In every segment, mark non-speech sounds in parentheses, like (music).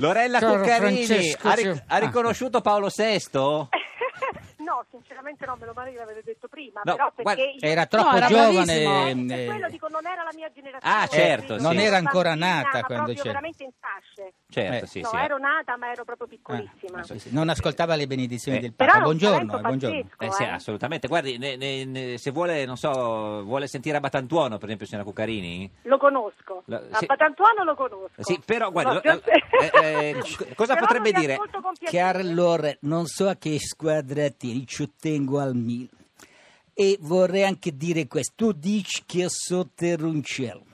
Lorella Caro Cuccarini Francesco, ha, ri- sì. Ah. ha riconosciuto Paolo VI? No, sinceramente no, meno male che l'avete detto prima, No, però perché guarda, ehm, io- Era troppo No, era giovane. bravissimo. per eh, quello dico non era la mia generazione. Ah, certo, quindi Non ero era ancora bambina, nata ma quando proprio c'è. veramente in fasce. Certo, Eh. sì, no, sì. ero nata, ma ero proprio eh, piccolissima. sì, sì, non ascoltava le benedizioni Eh. del Però Papa. era un Buongiorno, talento eh, buongiorno. pazzesco. Eh sì, eh. assolutamente. Guardi, ne- ne- ne- se vuole, non so, vuole sentire Abatantuono, per esempio, signora Cuccarini? Lo conosco. La- A sì. Patantuano lo conosco. Sì, però, guarda, No, lo- se- (laughs) eh, eh, c- cosa Però potrebbe lo dire? riascolto con che piacere. allora non so a che squadra ti ci tengo al Milan e vorrei anche dire questo tu dici che io so Teruncello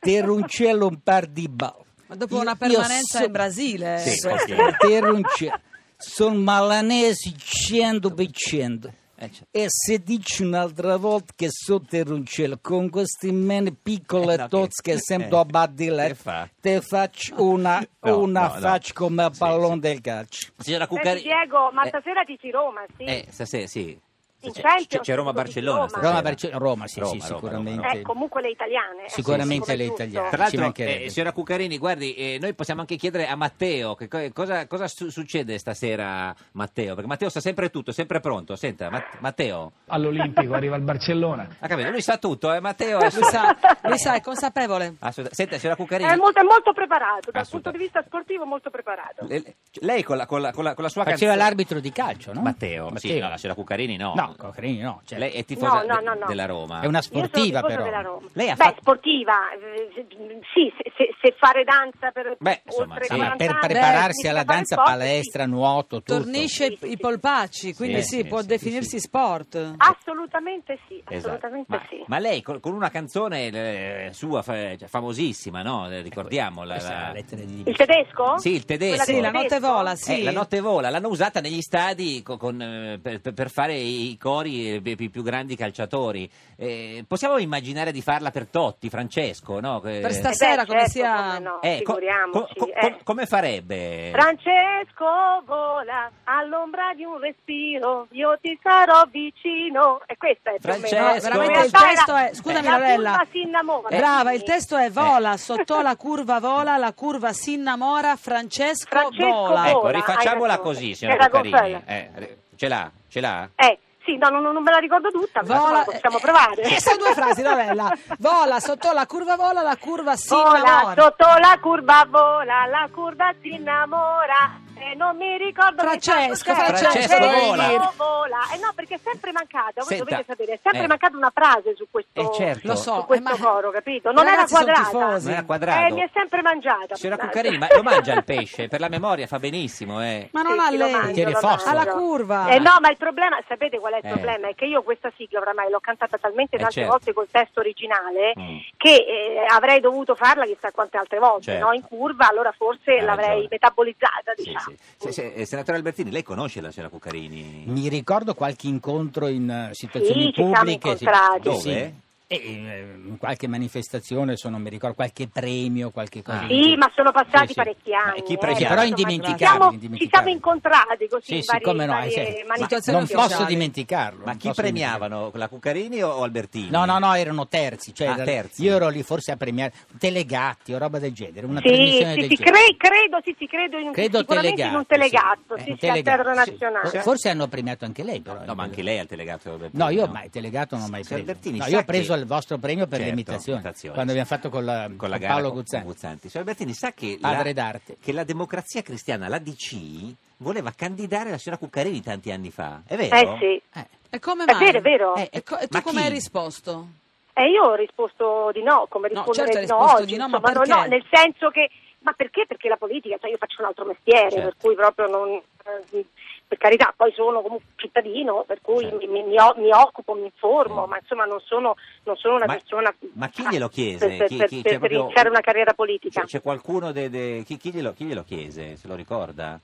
Teruncello un par di ball Ma dopo una Io- io permanenza so- in Brasile. eh, Sì, questo. ok. Teruncello sono malanesi 100% Eh, certo. e se dici un'altra volta che so Teruncello con queste mani piccole Eh, no, e che- tozze eh, che sembrano a che badile fa? te faccio una, (laughs) No, una no, no. faccia come a Sì, pallone sì. del calcio Signora Senti, Cuccarini... Diego, ma Eh, stasera ti ci Roma, sì. Eh, stasera, sì. In C'è, Champions, c'è- c'è Roma-Barcellona Roma. stasera. Roma-Barcellona, Roma, sì, sì, Roma, sicuramente. Roma, Roma. Eh, comunque le italiane. eh, Sicuramente come le giusto. italiane. Tra Ci l'altro, mancherebbe. eh, signora Cuccarini, guardi, eh, noi possiamo anche chiedere a Matteo che co- cosa, cosa su- succede stasera, Matteo, perché Matteo sa sempre tutto, sempre pronto. Senta, Ma- Matteo, all'Olimpico, arriva il Barcellona. ha capito? Lui sa tutto, eh, Matteo è Lui (laughs) sa, ah, lui sa, è consapevole. Assoluta- Senta, signora È Cuccarini, molto, è molto preparato, dal Assolutamente. punto di vista sportivo molto preparato. le- lei con la, con la- con la- con la sua Faceva canzone... l'arbitro di calcio, no? Matteo, sì, no, la signora Cuccarini no. Cioè, No, Coccherini no, certo. Lei è tifosa No, no, no, de- no. della Roma. È una sportiva, Io sono tifosa però. della Roma. Lei ha Beh, fatto- sportiva, eh, sì, se, se- se fare danza per Beh, insomma, oltre sì, Ah, ma 40 per anni prepararsi significa alla fare danza, sport, sì. palestra, nuoto, tutto. Tornisce i- i polpacci, quindi Sì, sì, sì, può sì, definirsi sport. Assolutamente sì, Esatto. assolutamente Ma, sì. ma lei col- con una canzone eh, sua fa- cioè, famosissima, no? Eh, Ricordiamo la, Questa è la- la lettera di Il tedesco? Sì, il tedesco. Quella Sì, la tedesco? notte vola, sì. Eh, la notte vola, l'hanno usata negli stadi co- con, eh, per, per- per fare i cori eh, per i più grandi calciatori. Eh, possiamo immaginare di farla per Totti, Francesco? No? Che- Per Eh beh, stasera come certo, sia- come no, Eh, co- figuriamoci. co- eh. co- eh. Come farebbe? Francesco vola all'ombra di un respiro, io ti sarò vicino. E questa è più o meno- Francesco. No, veramente il In realtà testo era- è scusami la Lorella curva si innamora. Eh. brava Quindi il testo è vola sotto la curva vola la curva si innamora Francesco, Francesco vola vola. Ecco, Ora, hai rifacciamola ragione. così, signora Era Cuccarini. Gonzalo. Eh, re- ce l'ha? Ce l'ha? Eh, sì, no, non, non me la ricordo tutta, ma insomma, possiamo provare. Eh, sono due (laughs) frasi Lorella vola sotto la curva vola la curva si Vola, innamora sotto la curva vola, la curva si innamora. E non mi ricordo che Francesco, tanto c'era. Francesco vola. vola. Eh no, perché è sempre mancata, voi Senta, dovete sapere, è sempre eh. mancata una frase su questo, Eh, certo. lo so su questo eh, ma- coro, capito? Non i era ragazzi sono quadrata. tifosi. Non era quadrato. Eh, mi è sempre mangiata. Signora mannaggia. Cuccarini, ma lo mangia il pesce? Per la memoria fa benissimo, eh. ma Sì, non ha sì, lo lei mangio, Tiene lo forza. mangio. Alla curva. Eh no, ma il problema, sapete qual è il Eh. problema? È che io questa sigla oramai l'ho cantata talmente Eh, tante certo. volte col testo originale Mm. che eh, avrei dovuto farla chissà quante altre volte, Certo. no? In curva, allora forse Ha l'avrei ragione. metabolizzata, Sì, diciamo. sì. Se- se- eh, senatore Albertini, lei conosce la signora Cuccarini? Mi ricordo qualche incontro in eh, situazioni ci siamo pubbliche. incontrati. Sì. Dove? E, eh, in qualche manifestazione, se non mi ricordo, qualche premio, qualche Ah. cosa. del Sì, genere. ma sono passati eh, Sì, sì. parecchi anni. chi eh, prende- Sì, insomma, però diciamo, Ci siamo, indimenticabile, ci siamo indimenticabile. incontrati così Sì, in sì, varie, come no, eh, varie certo. Ma manifestazioni. non posso ufficiali. dimenticarlo. Ma non chi posso premiavano? La Cuccarini o- o Albertini? dimenticarlo. No, no, no, erano terzi, cioè Ah, era- terzi. io ero lì forse a premiare Telegatti o roba del genere, una Sì, premissione sì, del sì, genere. cre- credo, sì, sì, credo, in, Credo sicuramente Telegatti. in un telegatto, sì. sì, Eh, sì, a Telegatti, terra sì. nazionale. For- Forse hanno premiato anche lei, però. No, ma anche lei ha il telegato Albertini. No, io mai telegato non ho mai Signor preso. Albertini, No, sa io ho che- preso il vostro premio per Certo, l'imitazione, imitazione. quando abbiamo fatto con, la, con la con gara Paolo con- Guzzanti. con Guzzanti. Signor Albertini, sa che Padre la, d'arte. che la democrazia cristiana, la DC, voleva candidare la signora Cuccarini tanti anni fa. È vero? Eh sì. Eh, e come È mai vero, è vero. Eh, E, co- e Ma tu come hai chi? risposto Eh, io ho risposto di no, come No, rispondere certo hai di no risposto oggi, di no, ma insomma, no, perché? no, nel senso che, ma perché? Perché la politica, cioè io faccio un altro mestiere, Certo. per cui proprio non, eh, per carità, poi sono comunque un cittadino, per cui Certo. mi, mi- mi o- mi occupo, mi informo, Mm. ma insomma non sono, non sono una Ma- persona... Ah, ma chi glielo chiese? Per, per- Chi- per- chi- per- cioè, per proprio- iniziare una carriera politica. C'è, c'è qualcuno de- de- chi, chi glielo, chi glielo chiese? Se lo ricorda?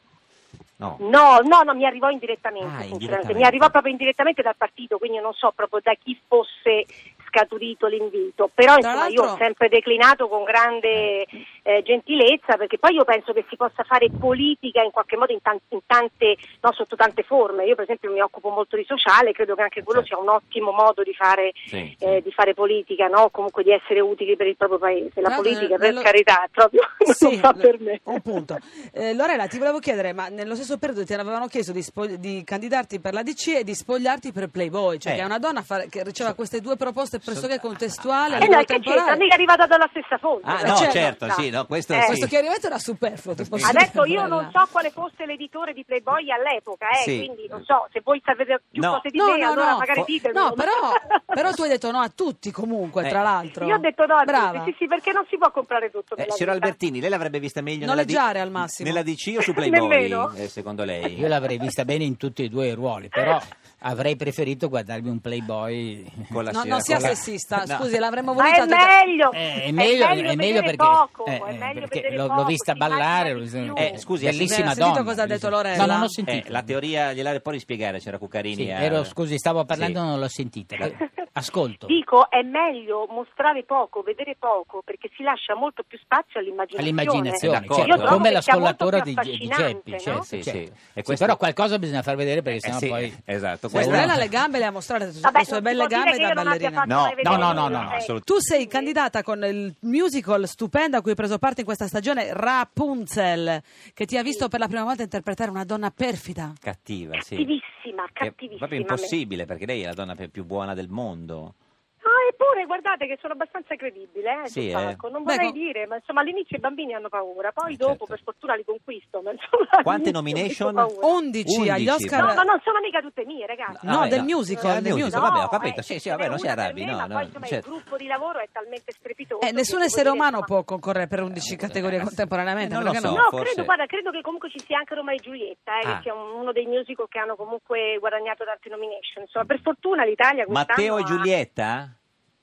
No. No, no, no, mi arrivò indirettamente, Ah, sinceramente. indirettamente. mi arrivò proprio indirettamente dal partito, quindi io non so proprio da chi fosse scaturito l'invito, però Tra insomma io ho l'altro- sempre declinato con grande eh, gentilezza perché poi io penso che si possa fare politica in qualche modo in tan- in tante, no, sotto tante forme, io per esempio mi occupo molto di sociale, credo che anche quello Certo. sia un ottimo modo di fare Sì, sì. Certo. eh, di fare politica, no? comunque di essere utili per il proprio paese. La Tra l'altro, politica, nello- per carità, è proprio (laughs) non eh, Sì, fa lo- per me. Un punto. Eh, Lorella, ti volevo chiedere, ma nello stesso periodo ti avevano chiesto di, spog- di candidarti per la DC e di spogliarti per Playboy, cioè Eh. che è una donna a fare- che riceva queste due proposte pressoché contestuali E a Eh, no, livello è che c'entra, Eh, temporale. mica è arrivata dalla stessa fonte. Ah, però. no, certo, certo, sì, no, questo sì. Questo chiarimento era superfluo. ti posso Adesso dire, io non Lorella. so quale fosse l'editore di Playboy all'epoca, eh, Sì. quindi non so, se voi sapete più No. cose di No, me, no, allora no, magari Fo- ditemelo. No, però, (laughs) però tu hai detto no a tutti comunque, Eh. tra l'altro. Io ho detto no, Brava. sì, sì, perché non si può comprare tutto. Eh, nella signor vita. Albertini, lei l'avrebbe vista meglio nella, D- Noleggiare al massimo. nella DC (laughs) o su Playboy, Nemmeno. eh, secondo Io lei? l'avrei vista bene in tutti e due i ruoli, però avrei preferito guardarmi un Playboy Con la No, signora- non sia con la- sessista, No. scusi, l'avremmo Ma voluta è meglio, Eh, è meglio, è meglio vedere perché, poco, eh, è eh, meglio perché vedere l'ho- l'ho poco, vista si immagina ballare, di l'ho- più. Eh, scusi, bellissima ha sentito donna. cosa ha detto Lorella? No, non ho Eh, sentito. la teoria gliela può rispiegare, c'era Cuccarini. Sì, a- ero, scusi, stavo parlando, Sì. non l'ho sentita. Eh, Ascolto. Certo. Dico, è meglio mostrare poco, vedere poco, perché si lascia molto più spazio all'immaginazione. All'immaginazione, D'accordo. certo, Io trovo come che la sia molto scollatura di, più di Geppi, affascinante, no? certo, cioè, Sì, sì. certo. E Sì, questo- però qualcosa bisogna far vedere perché Eh, sennò sì, poi... (laughs) esatto, se questo- uno- Lorella le gambe le ha mostrate, Vabbè, le sue belle non si può dire gambe da che io non abbia ballerina. fatto No, le no, no, vedere no, no, nulla, eh. assolutamente. Tu sei candidata con il musical stupendo a cui hai preso parte in questa stagione, Rapunzel, che ti ha visto per la prima volta interpretare una donna perfida. Cattiva, sì. Cattivissima, cattivissima. È proprio impossibile, perché lei è la donna pe- più buona del mondo. Ah, eppure guardate che sono abbastanza credibile, eh, Sì, sul eh. palco. Non Beh, vorrei con- dire, ma insomma all'inizio i bambini hanno paura, poi Eh, certo. dopo per fortuna li conquisto. Ma insomma, Quante all'inizio ho nomination? avuto paura. 11 agli 11, Oscar. No, ma non sono mica tutte mie, ragazzi. No, eh, del musical, Eh, del musical. Vabbè, Ah, No, ho capito. eh, sì, sì, ce n'è vabbè, non si una per arrabbi. me, No, ma no, poi, insomma, certo. il gruppo di lavoro è talmente strepitoso. Eh, che nessun devo essere dire, umano insomma, può concorrere per 11 categorie contemporaneamente. Eh, non lo perché so. No, forse- credo, guarda, credo che comunque ci sia anche Roma e Giulietta, eh, Ah. che sia un- uno dei musical che hanno comunque guadagnato tante nomination. Insomma, per fortuna l'Italia quest'anno Matteo e ha- Giulietta?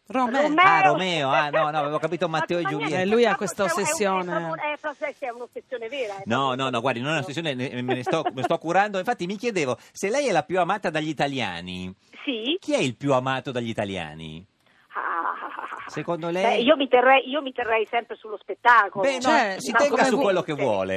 Romeo. Romeo. Ah, Romeo, ah, no, no, avevo capito Matteo e Ma- ma Giulietta. niente, Eh, lui ha purtroppo questa c'è un- è un- ossessione. È, proprio- è proprio- sì, è un'ossessione vera. eh. No, no, no, guardi, non è una sessione, ne- me ne (laughs) sto, me sto curando. Infatti mi chiedevo, se lei è la più amata dagli italiani, Sì? chi è il più amato dagli italiani? Ah. Secondo Beh, lei? io, mi terrei, io mi terrei sempre sullo spettacolo. Beh, no, Cioè, si no, tenga come su vuoi. quello che vuole.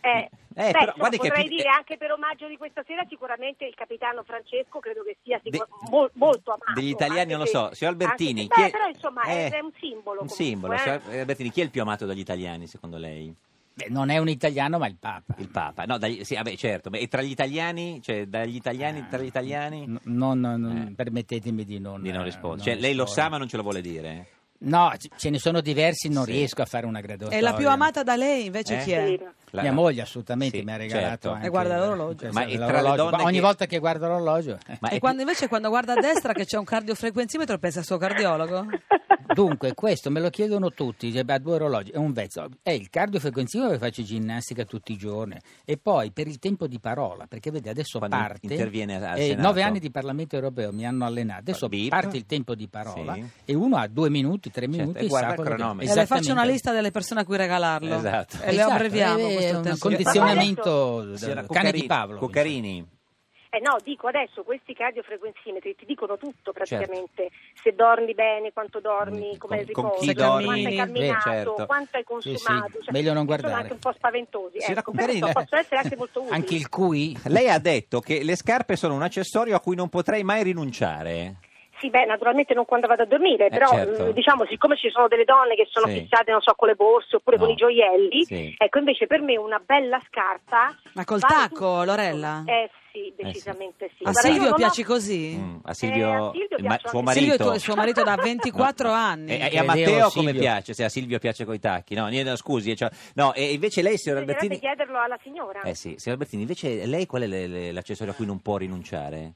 Eh, beh, però, insomma, guardi che potrei pi- dire eh, anche per omaggio di questa sera sicuramente il capitano Francesco credo che sia sicur- De- mol- molto amato degli italiani anche non lo se- so, signor Albertini, anche se- beh, chi è- però insomma è, eh, è un simbolo Un comunque, simbolo, eh. signor Albertini, chi è il più amato dagli italiani secondo lei? Beh, non è un italiano, ma il Papa. Il Papa? No, dagli- sì, vabbè, certo, Beh, e tra gli italiani, cioè dagli italiani, tra gli italiani Eh, N- non- non- non- Eh. Permettetemi di non, di non eh, rispondere. non Cioè, lei lo sa rispondere. ma non ce lo vuole dire. No, c- ce ne sono diversi, non Sì. riesco a fare una graduatoria. E la più amata da lei invece Eh? chi è? Sì. La- Mia moglie assolutamente Sì, mi ha regalato certo. anche- E guarda l'orologio. Ma Sì, e tra le l'orologio. donne Ma ogni che- volta che guardo l'orologio. (laughs) Ma e è- quando invece quando guarda a destra che c'è un cardiofrequenzimetro pensa al suo (laughs) cardiologo? Dunque, questo me lo chiedono tutti, cioè, ha due orologi, è un vezzo. È il cardiofrequenzivo che faccio ginnastica tutti i giorni. E poi per il tempo di parola, perché vedi adesso Quando parte... interviene al eh, Senato. nove anni di Parlamento europeo mi hanno allenato, adesso Bip. parte il tempo di parola Sì. e uno ha due minuti, tre Certo, minuti e guarda sa il quello che- cronometro. E le faccio una Esattamente. lista delle persone a cui regalarlo. Esatto. E le Esatto, abbreviamo è questo un tempo. condizionamento da- Signora cane Cuccari- di Pavlov. Cuccarini, Eh no, dico adesso questi cardiofrequenzimetri ti dicono Certo. tutto praticamente, se dormi bene, quanto dormi, come Mm, con- con riposo, chi dormi, quanto hai beh, camminato, certo. quanto hai Sì, sì, consumato, cioè, meglio non sono guardare. anche un po' spaventosi, Signora ecco, però Cuccarini, insomma, possono essere anche molto utili. Anche il cui lei ha detto che le scarpe sono un accessorio a cui non potrei mai rinunciare. Sì, beh, naturalmente non quando vado a dormire, Eh, però certo. mh, diciamo, siccome ci sono delle donne che sono Sì. fissate, non so, con le borse oppure No. con i gioielli, Sì. ecco, invece per me una bella scarpa... Ma col vale tacco, tutto. Lorella? Ah, Eh sì, Eh, sì. decisamente sì. A Guarda, io Silvio non ho- piace così? Mm, a Silvio, Eh, a Silvio il ma- suo piacciono anche- marito. Silvio è tuo- suo marito da (laughs) 24 No. Eh, anni. E, e a Credevo Matteo come Silvio. piace? Se a Silvio piace coi tacchi, no? niente, no, scusi, cioè- no, e invece lei, signor Bisognerebbe Albertini. chiederlo alla signora. Eh sì, signor Albertini, invece lei qual è le- le- l'accessorio a cui non può rinunciare?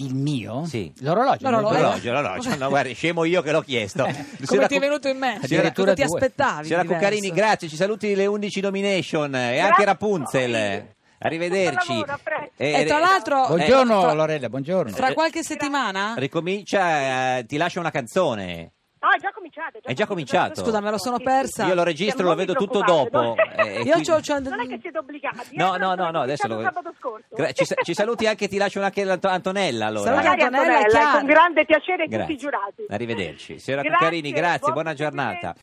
Il mio? Sì. L'orologio. L'orologio. l'orologio. L'orologio, l'orologio. No, guarda, scemo io che l'ho chiesto. (laughs) Come Signora ti è Cu- venuto in mente? Signora- Cosa ti addirittura due. aspettavi? Signora di Cuccarini, diverso? grazie, ci saluti le 11 nomination eh, e anche Grazie. Rapunzel. Arrivederci. Eh, Buon lavoro, a presto. E tra l'altro, Buongiorno eh, fra- Lorella, buongiorno. Fra qualche settimana? eh, ricomincia, eh, ti lascio una canzone. No, è già cominciato. È già cominciato. Scusa, me lo sono persa. Io lo registro, lo vedo tutto dopo. eh, e Io qui- c'ho- c'ho- Non è che siete obbligati. eh, No, però no, no, no, sono adesso lo cominciato sabato scorso. Gra- ci, sa- ci saluti anche, ti lascio anche l'Anto- Antonella allora. Saluti Magari Antonella e Antonella, è Chiara. con grande piacere a tutti Grazie. i giurati. Arrivederci. Signora Grazie, Cuccarini, grazie, buon buona giornata. proseguimento.